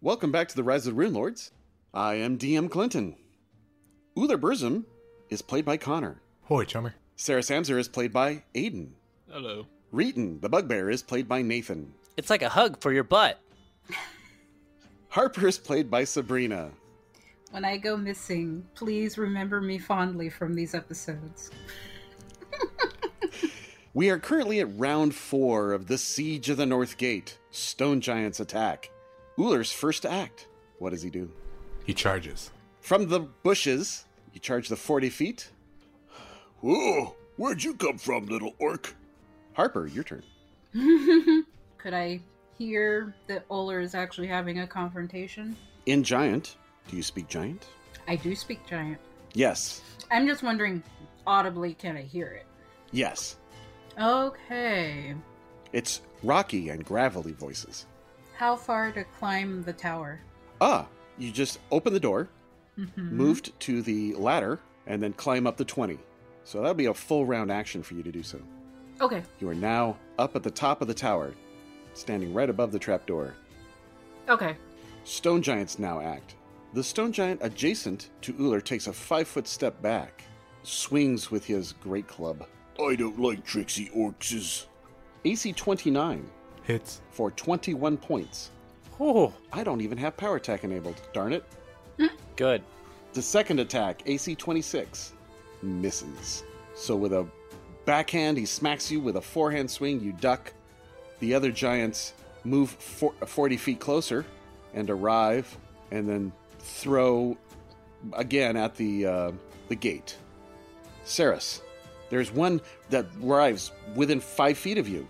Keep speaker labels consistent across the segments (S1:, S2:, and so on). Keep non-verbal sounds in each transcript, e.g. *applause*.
S1: Welcome back to the Rise of the Rune Lords. I am DM Clinton. Uller Burzum is played by Connor.
S2: Hoy, chummer.
S1: Sarah Samser is played by Aiden.
S3: Hello.
S1: Reeton, the bugbear, is played by Nathan.
S4: It's like a hug for your butt.
S1: Harper is played by Sabrina.
S5: When I go missing, please remember me fondly from these *laughs* episodes.
S1: We are currently at round four of the Siege of the North Gate, Stone Giant's attack. Uller's first act. What does he do?
S2: He charges.
S1: From the bushes, you charge the 40 feet. Whoa, where'd you come from, little orc? Harper, your turn.
S5: Could I hear that Oler is actually having a confrontation?
S1: In Giant, do you speak Giant?
S5: I do speak giant.
S1: Yes,
S5: I'm just wondering audibly, can I hear it?
S1: yes.
S5: Okay.
S1: It's rocky and gravelly voices.
S5: How far to climb the tower?
S1: Ah, you just open the door,
S5: Mhm.
S1: moved to the ladder, and then climb up the 20. So that'll be a full round action for you to do so.
S5: Okay.
S1: You are now up at the top of the tower, standing right above the trapdoor.
S5: Okay.
S1: Stone giants now act. The stone giant adjacent to Uller takes a five foot step back, swings with his great club.
S6: I don't like tricksy orcses.
S1: AC 29
S2: Hits.
S1: for 21 points.
S4: Oh,
S1: I don't even have power attack enabled, darn it.
S4: good.
S1: The second attack, AC 26, misses. So with a backhand, he smacks you. With a forehand swing, you duck. The other giants move for, 40 feet closer and arrive, and then throw again at the uh, the gate. Saris, there's one that arrives within five feet of you.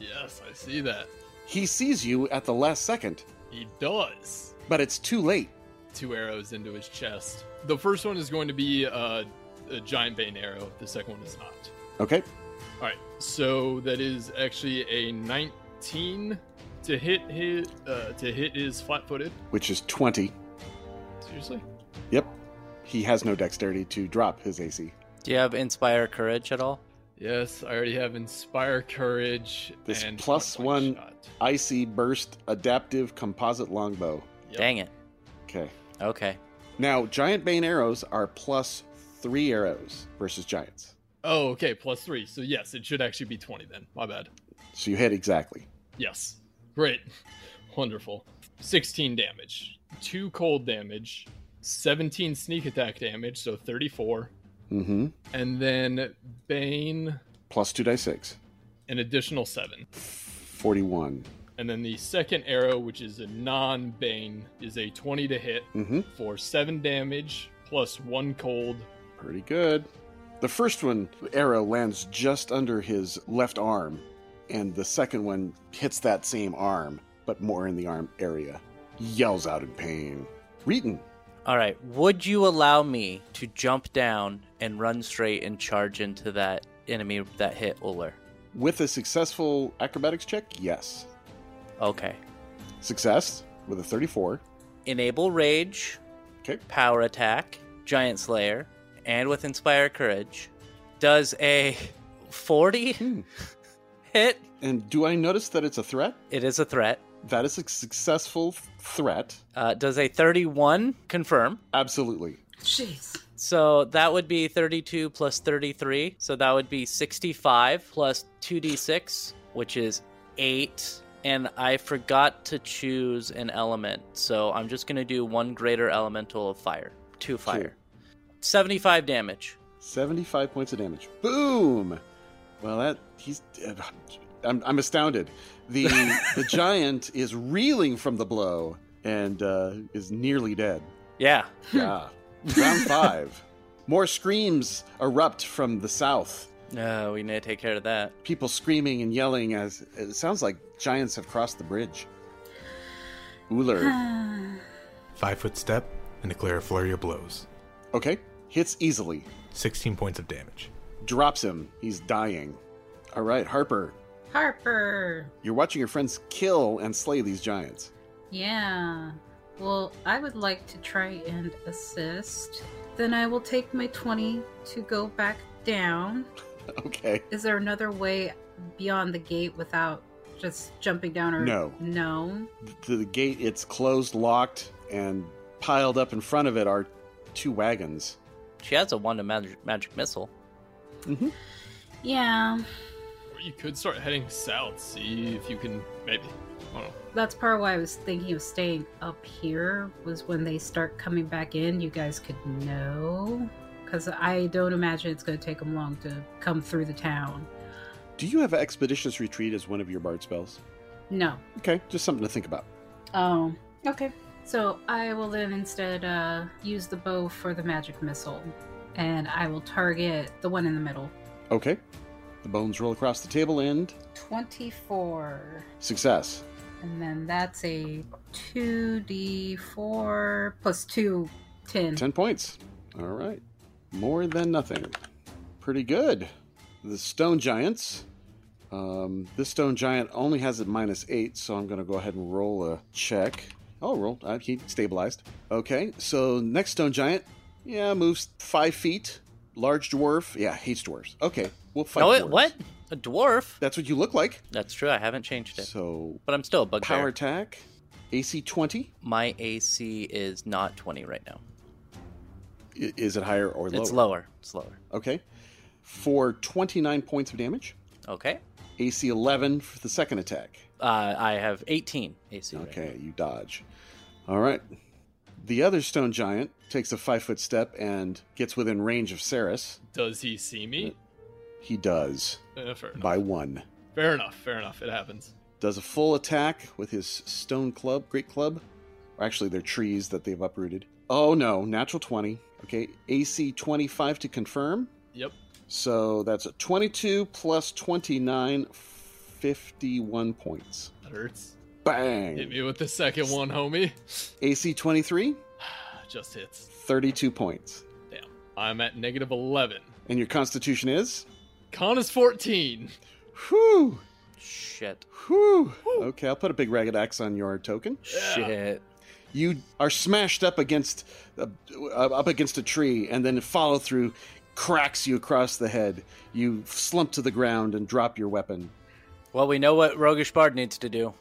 S3: Yes, I see that.
S1: He sees you at the last second,
S3: He does.
S1: but it's too late.
S3: Two arrows into his chest. The first one is going to be uh, a giant vein arrow. The second one is not.
S1: Okay,
S3: All right. So that is actually a 19 to hit his, uh, to hit his flat-footed.
S1: which is 20.
S3: Seriously?
S1: Yep. He has no dexterity to drop his AC.
S4: Do you have inspire courage at all?
S3: Yes, I already have inspire courage.
S1: This
S3: and
S1: plus
S3: point-blank
S1: one-
S3: shot.
S1: Icy Burst Adaptive Composite Longbow.
S3: Yep.
S4: Dang it.
S1: Okay.
S4: Okay.
S1: Now, Giant Bane arrows are plus three arrows versus Giants.
S3: Oh, okay. Plus three. So yes, it should actually be 20 then. My bad.
S1: So you hit exactly.
S3: Yes. Great. Wonderful. 16 damage, 2 cold damage, 17 sneak attack damage, so 34.
S1: Mm hmm.
S3: And then Bane,
S1: Plus two die six.
S3: an additional 7.
S1: 41.
S3: And then the second arrow, which is a non Bane, is a 20 to hit
S1: Mm hmm.
S3: for 7 damage plus 1 cold.
S1: Pretty good. The first one, arrow lands just under his left arm, and the second one hits that same arm, but more in the arm area. Yells out in pain. Reeton,
S4: All right. Would you allow me to jump down and run straight and charge into that enemy that hit Uller?
S1: with a successful acrobatics check? Yes.
S4: Okay.
S1: Success with a 34.
S4: Enable rage,
S1: Okay.
S4: power attack, giant slayer, and with inspire courage. Does a *laughs* 40
S1: Hmm.
S4: hit?
S1: And do I notice that it's a threat?
S4: It is a threat.
S1: That is a successful th- threat.
S4: Uh, does a 31 confirm?
S1: Absolutely.
S5: Jeez.
S4: So that would be 32 plus 33. So that would be 65 plus 2d6, which is 8. And I forgot to choose an element. So I'm just going to do one greater elemental of fire. Two fire. 75 damage.
S1: 75 points of damage. Boom! Well, that he's I'm, I'm astounded. The the giant is reeling from the blow and uh, is nearly dead.
S4: Yeah.
S1: Yeah. Round 5. More screams erupt from the south.
S4: No, we need to take care of that.
S1: People screaming and yelling as it sounds like giants have crossed the bridge. Uller
S2: Five foot step and declare a flurry of blows.
S1: Okay. Hits easily.
S2: 16 points of damage.
S1: Drops him. He's dying. All right, Harper.
S5: Harper.
S1: You're watching your friends kill and slay these giants. *laughs*
S5: Yeah. Well, I would like to try and assist. Then I will take my 20 to go back down.
S1: Okay.
S5: Is there another way beyond the gate without Just jumping down or
S1: No.
S5: No.
S1: The, the gate, it's closed, locked, and piled up in front of it are two wagons.
S4: She has a wand of magic, magic missile.
S5: Yeah,
S3: Or you could start heading south, see if you can maybe. I don't know.
S5: that's part why I was thinking of staying up here was when they start coming back in. You guys could know because I don't imagine it's going to take them long to come through the town.
S1: Do you have Expeditious Retreat as one of your bard spells?
S5: No.
S1: Okay, just something to think about.
S5: Oh. Okay. So I will then instead uh, use the bow for the magic missile, and I will target the one in the middle.
S1: Okay. The bones roll across the table and
S5: Twenty-four.
S1: success.
S5: And then that's a 2d4 plus 2, 10.
S1: 10 points. All right. More than nothing. Pretty good. The stone giants. Um, this stone giant only has a minus eight, so I'm going to go ahead and roll a check. Oh, roll. Uh, he stabilized. Okay, so next stone giant. Yeah, moves five feet. Large dwarf. Yeah, hates dwarves. Okay, we'll fight.
S4: no, Oh, wait,
S1: dwarves.
S4: what? A dwarf?
S1: That's what you look like.
S4: That's true. I haven't changed it,
S1: So,
S4: but I'm still a bugbear.
S1: power attack. AC 20.
S4: My AC is not 20 right now.
S1: I- Is it higher or lower?
S4: It's lower. It's lower.
S1: Okay. For 29 points of damage.
S4: Okay.
S1: AC 11 for the second attack.
S4: Uh, I have 18 AC. right
S1: Okay, you dodge. All right. The other stone giant takes a five foot step and gets within range of Saris.
S3: Does he see me?
S1: He does
S3: Uh, fair enough.
S1: by one.
S3: Fair enough. Fair enough. It happens.
S1: Does a full attack with his stone club, great club. Or actually, they're trees that they've uprooted. Oh no, natural 20. Okay, AC 25 to confirm.
S3: Yep.
S1: So that's a 22 plus 29, 51 points.
S3: That hurts.
S1: Bang!
S3: Hit me with the second one, homie.
S1: AC 23,
S3: Just hits.
S1: 32 points.
S3: Damn. I'm at negative 11.
S1: And your constitution is?
S3: Con is 14.
S1: Whew!
S4: now. Shit.
S1: Whew! Okay, I'll put a big ragged axe on your token.
S4: Shit.
S1: You are smashed up against uh, up against a tree, and then follow through cracks you across the head. You slump to the ground and drop your weapon.
S4: Well, we know what Roguish Bard needs to do.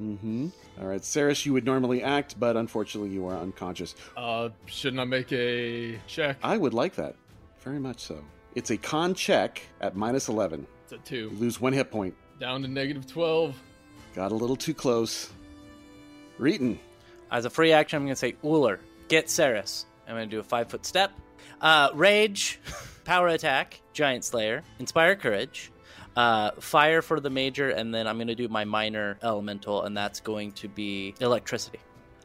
S1: Mm-hmm. All right, Saris, you would normally act, but unfortunately, you are unconscious.
S3: Uh, shouldn't I make a check?
S1: I would like that, very much so. It's a con check at minus eleven.
S3: It's a
S1: You
S3: two.
S1: lose one hit point.
S3: Down to negative 12.
S1: Got a little too close. Reeton.
S4: As a free action, I'm going to say, Uller, get Ceres. I'm going to do a five foot step. Uh, rage, *laughs* power attack, giant slayer, inspire courage, uh, fire for the major, and then I'm going to do my minor elemental, and that's going to be electricity.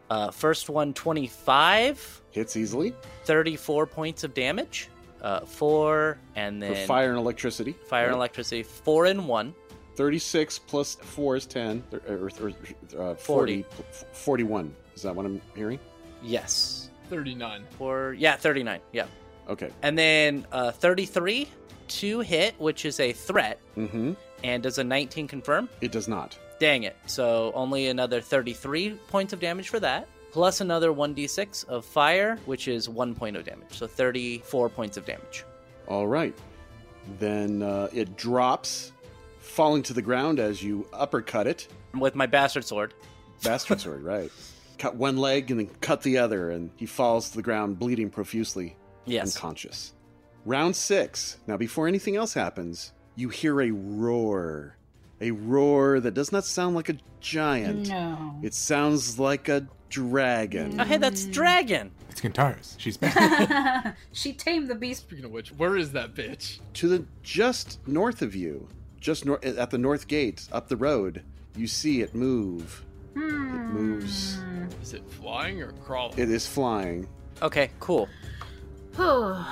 S4: Uh, first one, 25,
S1: hits easily
S4: 34 points of damage, uh, four, and
S1: for
S4: then
S1: fire and electricity.
S4: fire and
S1: Right?
S4: electricity, four and one.
S1: 36 plus 4 is 10, or, or, or uh, 40.
S4: 40.
S1: pl- f- 41. Is that what I'm hearing?
S4: Yes.
S3: 39.
S4: Four, yeah, 39, yeah.
S1: Okay.
S4: And then uh, 33, two hit, which is a threat.
S1: Mm-hmm.
S4: And does a 19 confirm?
S1: It does not.
S4: Dang it. So only another 33 points of damage for that, plus another 1d6 of fire, which is 1 point of damage. So 34 points of damage.
S1: All right. Then uh, it drops, falling to the ground as you uppercut it.
S4: With my bastard sword. *laughs*
S1: Bastard sword, right. Cut one leg and then cut the other, and he falls to the ground bleeding profusely,
S4: Yes.
S1: unconscious. Round six. Now, before anything else happens, you hear a roar. A roar that does not sound like a giant.
S4: *laughs*
S5: No.
S1: It soys like a dragon.
S4: Oh, hey, that's dragon.
S2: It's Kintaris. She's
S5: *laughs*
S2: back.
S5: she tamed the beast. *sighs*
S3: Speaking of which, where is that bitch?
S1: to the just north of you, just nor- at the north gate up the road, you see it move. It moves.
S3: Is it flying or crawling?
S1: It is flying.
S4: Okay, cool.
S5: and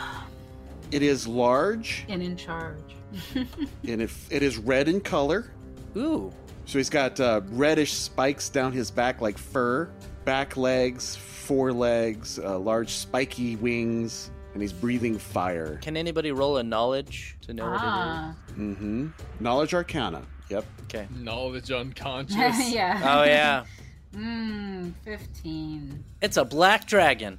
S1: It is large
S5: in charge.
S1: and it, it is red in color.
S4: Ooh.
S1: So he's got uh, reddish spikes down his back like fur, back legs, forelegs, uh, large spiky wings, and he's breathing fire.
S4: Can anybody roll a knowledge to know
S5: ah.
S1: Mm-hmm. Knowledge Arcana. Yep.
S4: what it is? Okay.
S3: Knowledge
S5: *laughs*
S3: unconscious.
S5: yeah.
S4: Oh, yeah.
S5: Mmm, 15.
S4: It's a black dragon.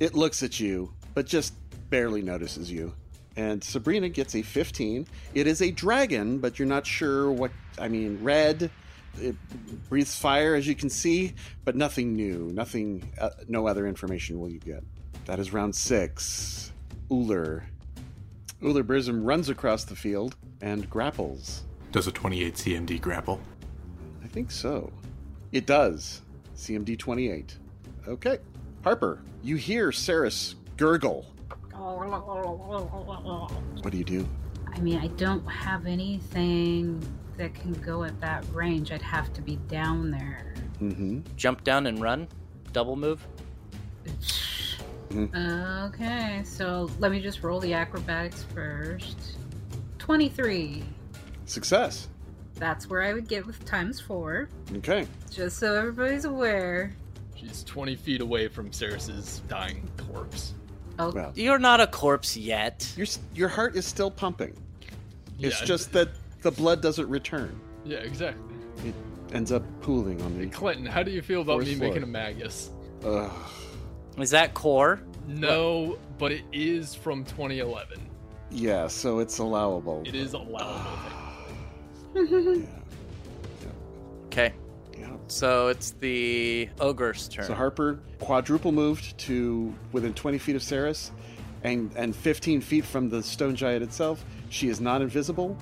S1: It looks at you, but just barely notices you. And Sabrina gets a 15. It is a dragon, but you're not sure what. I mean, red. It breathes fire, as you can see, but nothing new. Nothing. Uh, no other information will you get. That is round six. Uller. Uller Brism runs across the field and grapples.
S2: Does a 28 CMD grapple?
S1: I think so. It does. CMD 28. Okay. Harper, you hear Saris gurgle. What do you do?
S5: I mean, I don't have anything that can go at that range. I'd have to be down there.
S1: Mm-hmm.
S4: Jump down and run. Double move. Mm-hmm.
S5: Okay, so let me just roll the acrobatics first. 23.
S1: Success.
S5: That's where I would get with times four.
S1: Okay.
S5: Just so everybody's aware.
S3: She's 20 feet away from Ceres's dying corpse.
S5: Oh,
S1: Well,
S4: You're not a corpse yet.
S1: your s- your heart is still pumping. It's
S3: Yeah,
S1: just that the blood doesn't return.
S3: Yeah, exactly.
S1: It ends up pooling on
S3: Hey,
S1: the.
S3: Clinton, how do you feel about
S1: Fourth
S3: me
S1: floor.
S3: making a magus?
S1: Ugh.
S4: Is that core?
S3: No, but it is from 2011.
S1: yeah, so it's allowable.
S3: It is allowable.
S1: Yeah.
S4: Okay.
S1: yeah.
S4: So it's the ogre's turn.
S1: So Harper quadruple moved to within 20 feet of Ceres, and and 15 feet from the stone giant itself. She is not invisible.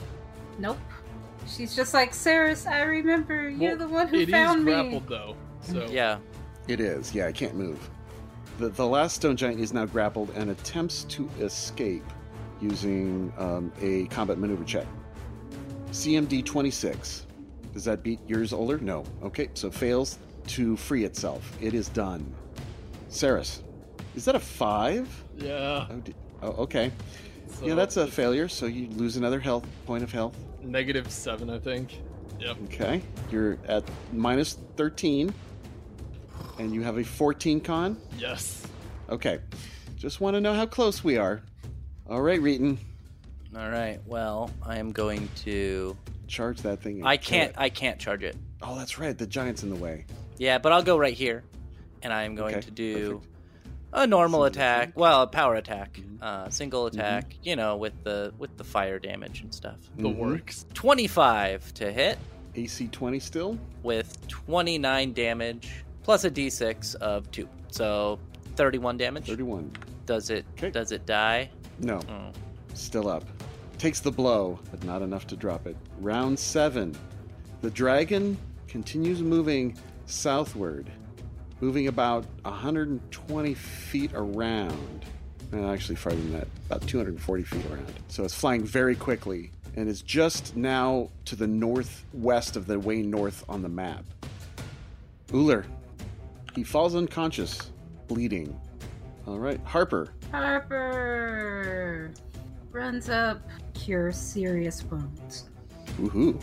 S5: nope. She's just like, Saris, I remember. You're
S3: Well,
S5: the one who
S3: It is
S5: found me.
S3: grappled though, so
S4: yeah.
S1: It is. Yeah, it can't move. The, the last stone giant is now grappled and attempts to escape using um, a combat maneuver check. CMD 26. Does that beat yours, Oler? No. Okay, so fails to free itself. It is done. Saris, is that a five?
S3: yeah.
S1: Oh, di- oh okay.
S3: so
S1: yeah, that's a failure, so you lose another health point of health.
S3: negative seven, I think. Yep.
S1: Okay. You're at minus 13, and you have a 14 con.
S3: Yes.
S1: Okay. Just want to know how close we are. All right, Reeton.
S4: All right. Well, I am going to.
S1: Charge that thing. and
S4: I
S1: kill
S4: can't.
S1: it.
S4: I can't charge it.
S1: Oh, that's right. The giant's in the way.
S4: Yeah, but I'll go right here, and I am going
S1: Okay,
S4: to do a normal
S1: Single
S4: attack.
S1: attack?
S4: Well, a power attack.
S1: Mhm.
S4: Uh, single attack. You know, with the with the fire damage and stuff.
S3: The
S1: Mhm.
S3: works.
S4: Twenty-five to hit
S1: AC 20 still.
S4: with twenty-nine damage plus a d6 of two, so thirty-one damage.
S1: 31.
S4: Does it?
S1: Okay.
S4: Does it die?
S1: No,
S4: Oh.
S1: still up. Takes the blow, but not enough to drop it. Round seven. The dragon continues moving southward, moving about 120 feet around. No, actually, farther than that, about 240 feet around. So it's flying very quickly and is just now to the northwest of the way north on the map. Uller. He falls unconscious, bleeding. All right, Harper.
S5: Harper runs up, cure serious wounds.
S1: Woohoo.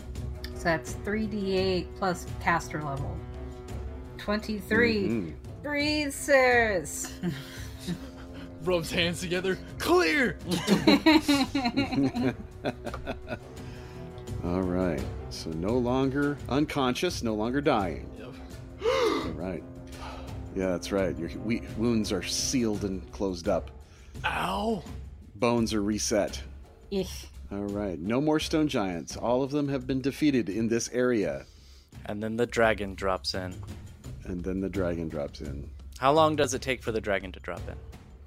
S5: So that's 3d8 plus caster level. 23.
S1: Mhm.
S5: Breathe, Saris. *laughs*
S3: Rubs hands together. Clear.
S1: All right. So no longer unconscious, no longer dying.
S3: Yep.
S1: All right. Yeah, that's right. Your we- wounds are sealed and closed up.
S3: Ow.
S1: Bones are reset.
S5: Eek.
S1: All right. No more stone giants. All of them have been defeated in this area.
S4: And then the dragon drops in.
S1: And then the dragon drops in.
S4: How long does it take for the dragon to drop in?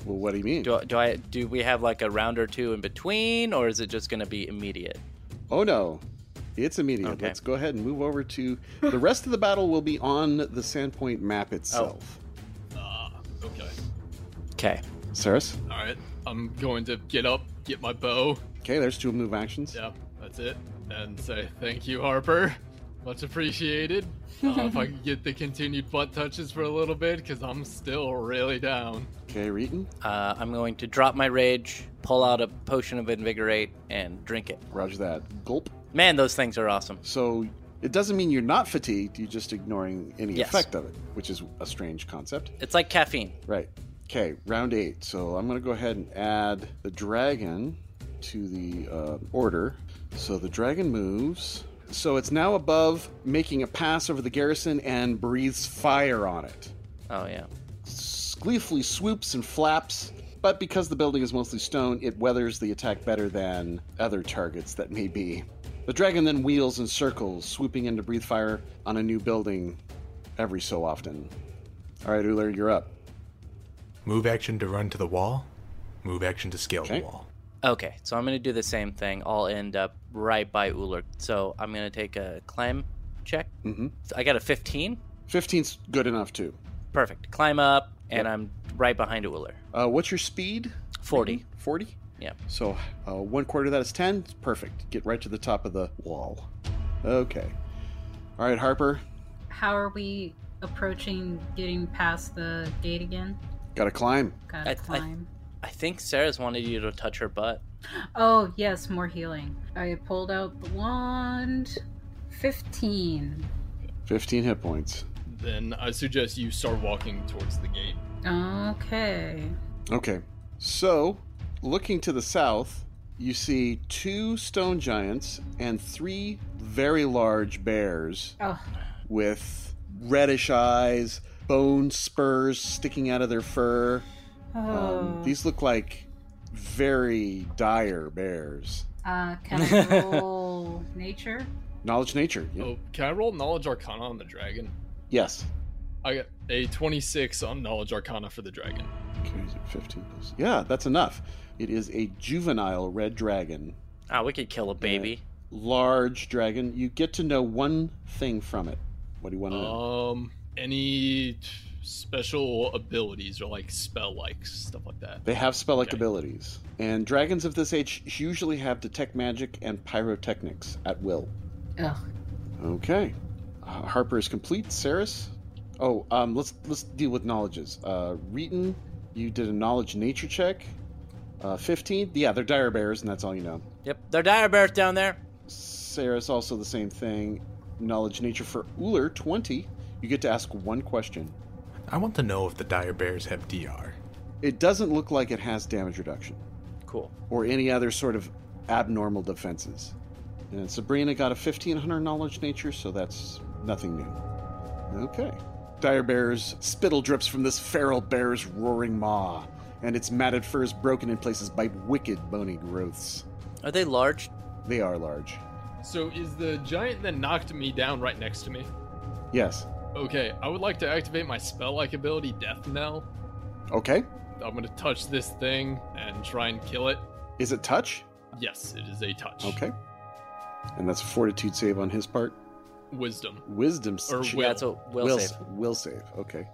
S1: Well, what do you mean?
S4: Do, do I do we have like a round or two in between, or is it just going to be immediate?
S1: Oh no. It's immediate.
S4: Okay.
S1: Let's go ahead and move over to the rest of the battle will be on the Sandpoint
S4: Oh.
S1: map itself.
S3: Okay.
S4: Okay.
S1: Saris?
S3: All right. I'm going to get up, get my bow.
S1: Okay, there's two move actions.
S3: Yeah, that's it. And say thank you, Harper. Much appreciated. Uh, if I could get the continued butt touches for a little bit, because I'm still really down.
S1: Okay, Reeton.
S4: Uh, I'm going to drop my rage, pull out a potion of invigorate, and drink it.
S1: Roger that. Gulp.
S4: Man, those things are awesome.
S1: So it doesn't mean you're not fatigued, you're just ignoring any
S4: Yes.
S1: effect of it, which is a strange concept.
S4: It's like caffeine.
S1: Right. Okay, round eight. So I'm going to go ahead and add the dragon to the uh, order. So the dragon moves. So it's now above making a pass over the garrison and breathes fire on it.
S4: Oh yeah.
S1: Gleefully swoops and flaps But because the building is mostly stone, it weathers the attack better than other targets that may be. The dragon then wheels in circles, swooping in to breathe fire on a new building every so often. All right, Uller, you're up.
S2: Move action to run to the wall. Move action to scale
S1: Okay.
S2: the wall.
S4: Okay, so I'm gonna do the same thing. I'll end up right by Uller. So I'm gonna take a climb check.
S1: Mm-hmm.
S4: So I got a 15.
S1: 15's good enough, too.
S4: Perfect. Climb up, and I'm right behind Uller.
S1: Uh, what's your speed?
S4: 40.
S1: 40?
S4: Yep.
S1: So uh, one quarter of that is 10. It's perfect. Get right to the top of the wall. Okay. All right, Harper.
S5: How are we approaching getting past the gate again?
S1: Got to climb.
S5: Gotta
S4: I- I-
S5: climb.
S4: I think Sarah's wanted you to touch her butt.
S5: Oh, yes, more healing. I pulled out the wand. 15.
S1: 15 hit points.
S3: Then I suggest you start walking towards the gate.
S5: Okay.
S1: Okay. So, looking to the south, you see two stone giants and three very large bears
S5: Oh,
S1: with reddish eyes, bone spurs sticking out of their fur. Um,
S5: oh.
S1: these look like very dire bears.
S5: uh,
S1: *laughs*
S5: can I roll nature?
S1: Knowledge nature. yeah.
S3: Oh, can I roll Knowledge Arcana on the dragon?
S1: Yes.
S3: I got a 26 on Knowledge Arcana for the dragon.
S1: Carries it 15 plus. Yeah, that's enough. It is a juvenile red dragon,
S4: Ah, we could kill a baby.
S1: large dragon. You get to know one thing from it. What do you want to know?
S3: Um, any special abilities or like spell like stuff like that?
S1: They have spell like
S3: Okay.
S1: abilities. And dragons of this age usually have detect magic and pyrotechnics at will.
S5: Ugh.
S1: Okay. Uh, Harper is complete. Saris? Oh, um, let's let's deal with knowledges. Uh, Reeton, you did a knowledge nature check. Uh, 15? Yeah, they're dire bears, and that's all you know.
S4: Yep. There are dire bears down there.
S1: Saris, also the same thing. Knowledge nature for Uller, 20. You get to ask one question.
S2: I want to know if the dire bears have DR.
S1: It doesn't look like it has damage reduction.
S4: Cool.
S1: or any other sort of abnormal defenses. And Sabrina got a 1500 knowledge nature, so that's nothing new. Okay. Dire Bear's spittle drips from this feral bear's roaring maw, and its matted fur is broken in places by wicked bony growths.
S4: Are they large?
S1: They are large.
S3: So is the giant that knocked me down right next to me?
S1: Yes.
S3: Okay, I would like to activate my spell like ability Death Knell.
S1: Okay.
S3: I'm gonna touch this thing and try and kill it.
S1: Is it touch?
S3: Yes, it is a touch.
S1: Okay. And that's a fortitude save on his part.
S3: Wisdom.
S1: Wisdom
S3: Or
S1: check.
S3: will.
S4: That's what will
S1: will
S4: save.
S1: Will save. Okay.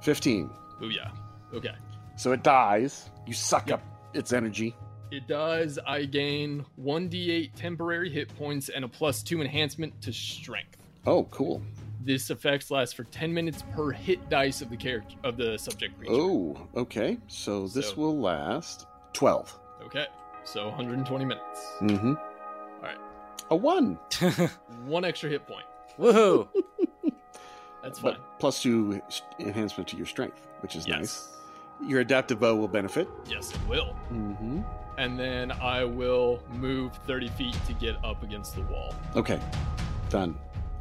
S1: 15.
S3: Oh yeah. Okay.
S1: So it dies. You suck
S3: Yep.
S1: up its energy.
S3: It does. I gain 1d8 temporary hit points and a plus 2 enhancement to strength.
S1: Oh, cool.
S3: This effects last for 10 minutes per hit dice of the character of the subject creature.
S1: Oh, okay. So this
S3: So-
S1: will last 12.
S3: Okay. So 120 minutes.
S1: Mm-hmm. All
S3: right.
S1: A one.
S3: One extra hit point.
S4: Woohoo! *laughs*
S3: That's fine.
S1: But plus two s- enhancement to your strength, which is nice. Your adaptive bow will benefit.
S3: Yes, it will.
S1: Mm-hmm.
S3: And then I will move 30 feet to get up against the wall.
S1: Okay. Done.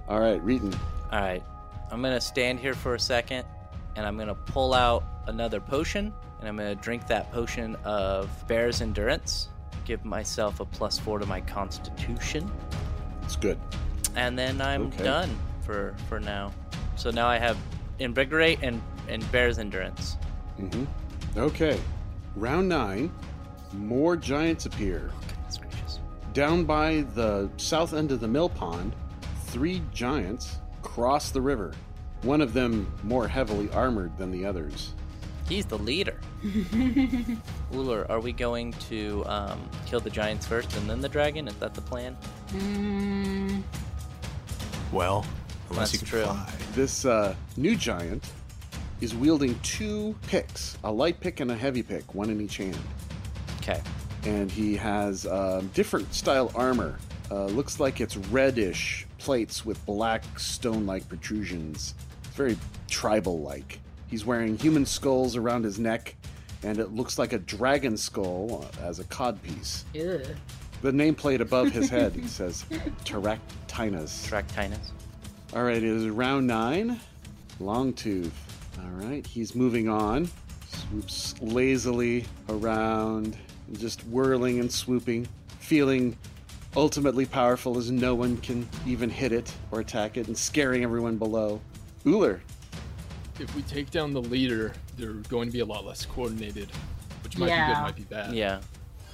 S1: All right, Reeton.
S4: All right. I'm going to stand here for a second and I'm going to pull out another potion and I'm going to drink that potion of bear's endurance. Give myself a plus 4 to my constitution
S1: It's good.
S4: and then I'm
S1: Okay.
S4: done for for now. So now I have invigorate and and bear's endurance.
S1: Mm-hmm. Okay. Round nine. More giants appear.
S4: Goodness gracious.
S1: Down by the south end of the mill pond, three giants cross the river. One of them more heavily armored than the others.
S4: He's the leader. Uller, are we going to um, kill the giants first and then the dragon? Is that the plan?
S5: Mm,
S2: Well, unless
S4: That's
S2: you can
S4: true.
S2: fly.
S1: This uh, new giant is wielding two picks a light pick and a heavy pick, one in each hand.
S4: Okay.
S1: And he has um, different style armor. Uh, looks like it's reddish plates with black stone like protrusions. It's very tribal like. He's wearing human skulls around his neck, and it looks like a dragon skull uh, as a codpiece.
S5: ew.
S1: The nameplate above his head he says Taractinus.
S4: Tractinus.
S1: All right, it is round nine. Longtooth. All right, he's moving on. He's moves lazily around, just whirling and swooping, feeling ultimately powerful as no one can even hit it or attack it, and scaring everyone below. Uller,
S3: If we take down the leader, they're going to be a lot less coordinated, which might be good,
S5: Yeah.
S3: might be bad.
S4: Yeah.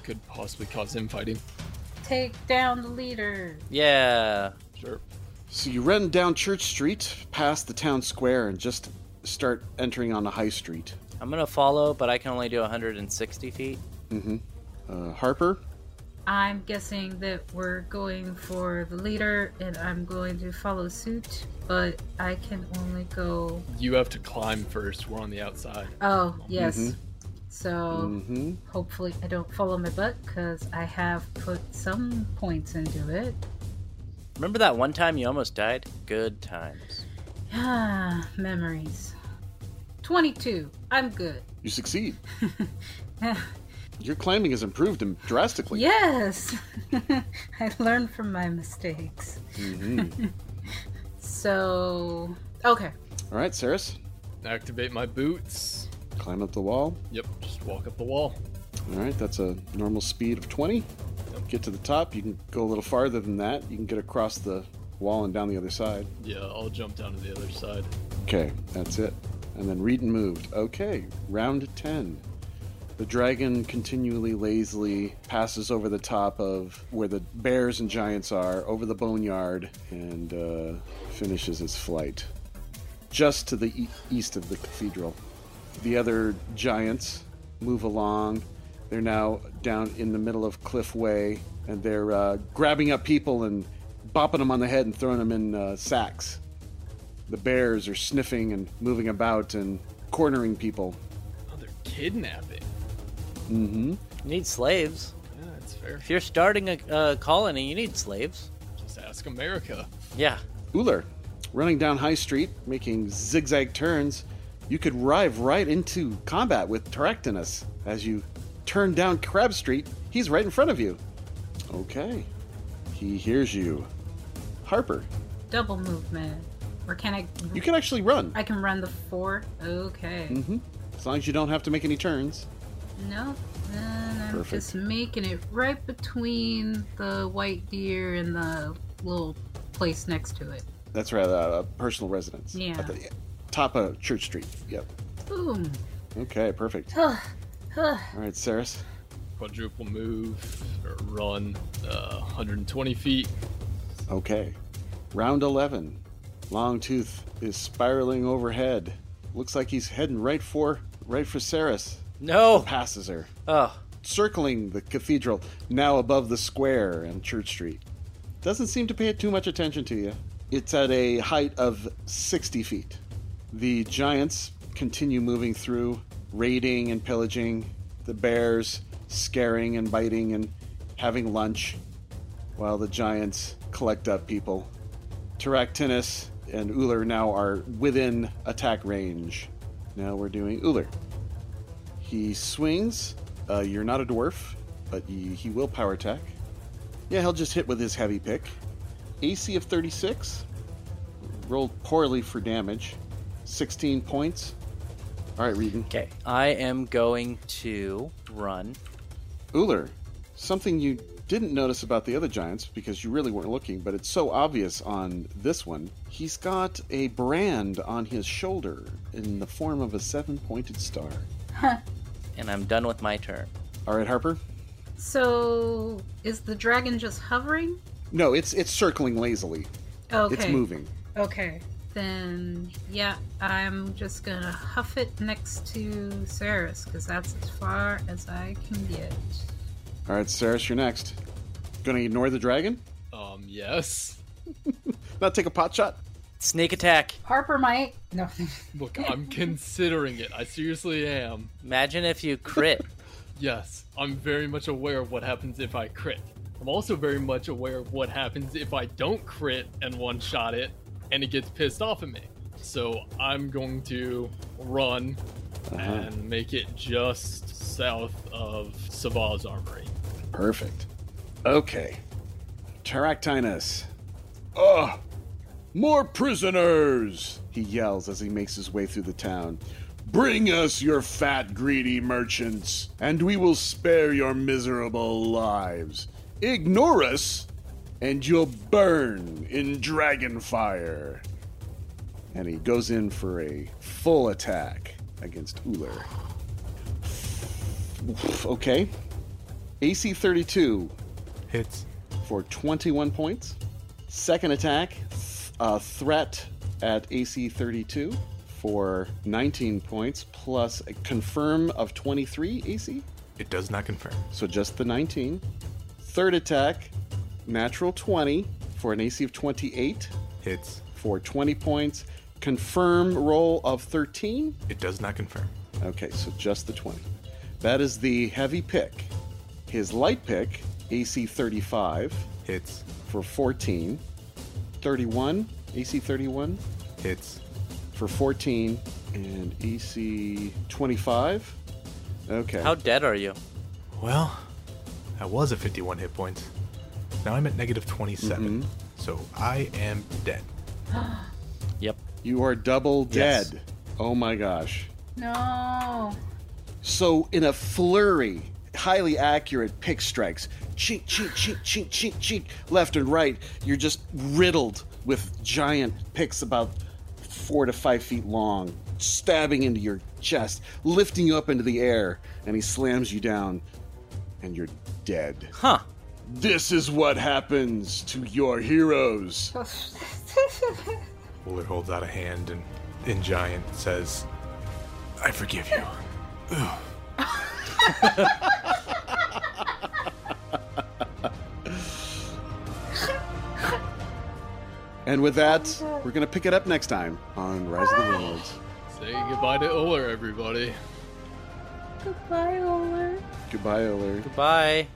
S3: Could possibly cause infighting.
S5: Take down the leader.
S4: Yeah.
S3: Sure.
S1: So you run down Church Street, past the town square, and just start entering on the high street.
S4: I'm gonna follow, but I can only do 160 feet.
S1: Uh, Harper,
S5: I'm guessing that we're going for the leader, and I'm going to follow suit, but I can only go.
S3: You have to climb first. We're on the outside.
S5: Oh, yes.
S1: Mm-hmm.
S5: So
S1: Mhm.
S5: hopefully I don't follow my butt because I have put some points into it.
S4: Remember that one time you almost died? Good times.
S5: Ah, memories. 22. I'm good. *laughs*
S1: you succeed. Your climbing has improved im- drastically.
S5: Yes! *laughs* I learned from my mistakes.
S1: Mm-hmm.
S5: *laughs* so, okay.
S1: All right, Saris,
S3: Activate my boots.
S1: climb up the wall.
S3: Yep, just walk up the wall.
S1: All right, that's a normal speed of 20. Get to the top. You can go a little farther than that. You can get across the wall and down the other side.
S3: Yeah, I'll jump down to the other side.
S1: Okay, that's it. And then read and moved. Okay, round 10. The dragon continually lazily passes over the top of where the bears and giants are, over the boneyard, and uh, finishes its flight. Just to the e- east of the cathedral. The other giants move along. They're now down in the middle of Cliff Way, and they're uh, grabbing up people and bopping them on the head and throwing them in uh, sacks. The bears are sniffing and moving about and cornering people.
S3: Oh, they're kidnapping.
S4: You need slaves.
S3: Yeah, that's fair.
S4: If you're starting a, a colony, you need slaves.
S3: Just ask America.
S4: Yeah.
S1: Uller, running down High Street, making zigzag turns, you could arrive right into combat with Taractinus. As you turn down Crab Street, he's right in front of you. Okay. He hears you. Harper,
S5: Double movement. Or can I.
S1: you can actually run,
S5: I can run the four? Okay.
S1: as long as you don't have to make any turns.
S5: No, then I'm
S1: Mm-hmm. Perfect.
S5: just making it right between the white deer and the little place next to it.
S1: That's right, uh, personal residence.
S5: Yeah.
S1: At the top of Church Street. Yep.
S5: Boom.
S1: Okay, perfect.
S5: *sighs* Huh. Huh.
S1: All right, Saris.
S3: Quadruple move or run uh, 120 feet.
S1: Okay. Round 11. Longtooth is spiraling overhead. Looks like he's heading right for right for Ceres.
S4: No.
S1: Passes her,
S4: Oh.
S1: circling the cathedral now above the square and Church Street. Doesn't seem to pay too much attention to you. It's at a height of 60 feet. The giants continue moving through, raiding and pillaging, the bears scaring and biting and having lunch, while the giants collect up people. Taractinus and Uller now are within attack range. Now we're doing Uller. He swings. Uh, you're not a dwarf, but he, he will power attack. Yeah, he'll just hit with his heavy pick. AC of 36. Rolled poorly for damage. 16 points. All right, Regan.
S4: Okay. I am going to run.
S1: Uller, something you didn't notice about the other giants because you really weren't looking, but it's so obvious on this one. He's got a brand on his shoulder in the form of a seven pointed star.
S4: and I'm done with my turn.
S1: All right, Harper.
S5: So, is the dragon just hovering?
S1: No, it's it's circling lazily.
S5: Okay.
S1: It's moving.
S5: Okay. Then, yeah, I'm just gonna huff it next to Ceres, because that's as far as I can get.
S1: All right, Saris, you're next. Gonna ignore the dragon?
S3: Um, yes.
S1: Not take a pot shot?
S4: Sneak attack.
S5: Harper might. No.
S3: Look, I'm considering it. I seriously am.
S4: Imagine if you crit.
S3: Yes, I'm very much aware of what happens if I crit. I'm also very much aware of what happens if I don't crit and one shot it and it gets pissed off at me. So I'm going to run and make it just south of Saval's armory.
S1: Perfect. Okay. Taractinus. Ugh!
S6: More prisoners!
S1: he yells as he makes his way through the town.
S6: Bring us your fat, greedy merchants, and we will spare your miserable lives. Ignore us, and you'll burn in dragon fire.
S1: and he goes in for a full attack against Uller. Okay. AC 32
S2: Hits.
S1: for 21 points. Second attack, th- uh, threat at AC 32 for 19 points, plus a confirm of 23 AC,
S2: It does not confirm.
S1: so just the 19. Third attack, natural 20 for an AC of 28
S2: Hits.
S1: for 20 points. Confirm roll of 13.
S2: It does not confirm.
S1: Okay, so just the 20. That is the heavy pick. His light pick, AC 35
S2: Hits.
S1: for 14, 31, AC 31
S2: Hits.
S1: for 14, and AC 25. Okay.
S4: How dead are you?
S2: Well, I was at 51 hit points. Now I'm at negative 27.
S4: Mm-hmm.
S2: So I am dead.
S4: Yep.
S1: you are double
S2: Yes.
S1: dead. Oh my gosh.
S5: *laughs* *laughs* No.
S1: So, in a flurry, highly accurate pick strikes, cheek, cheek, cheek, cheek, cheek, cheek, left and right. You're just riddled with giant picks about four to five feet long, stabbing into your chest, lifting you up into the air, and he slams you down, and you're dead.
S4: Huh.
S6: This is what happens to your heroes.
S2: Wooler holds out a hand and, in giant, says, I forgive you.
S1: And with that, we're going to pick it up next time on Rise of the Warlords.
S3: Say goodbye to Oler, everybody.
S5: Goodbye, Oler.
S1: Goodbye, Oler.
S4: Goodbye.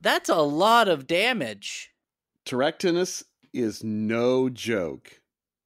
S4: That's a lot of damage.
S1: Tarectinus is no joke.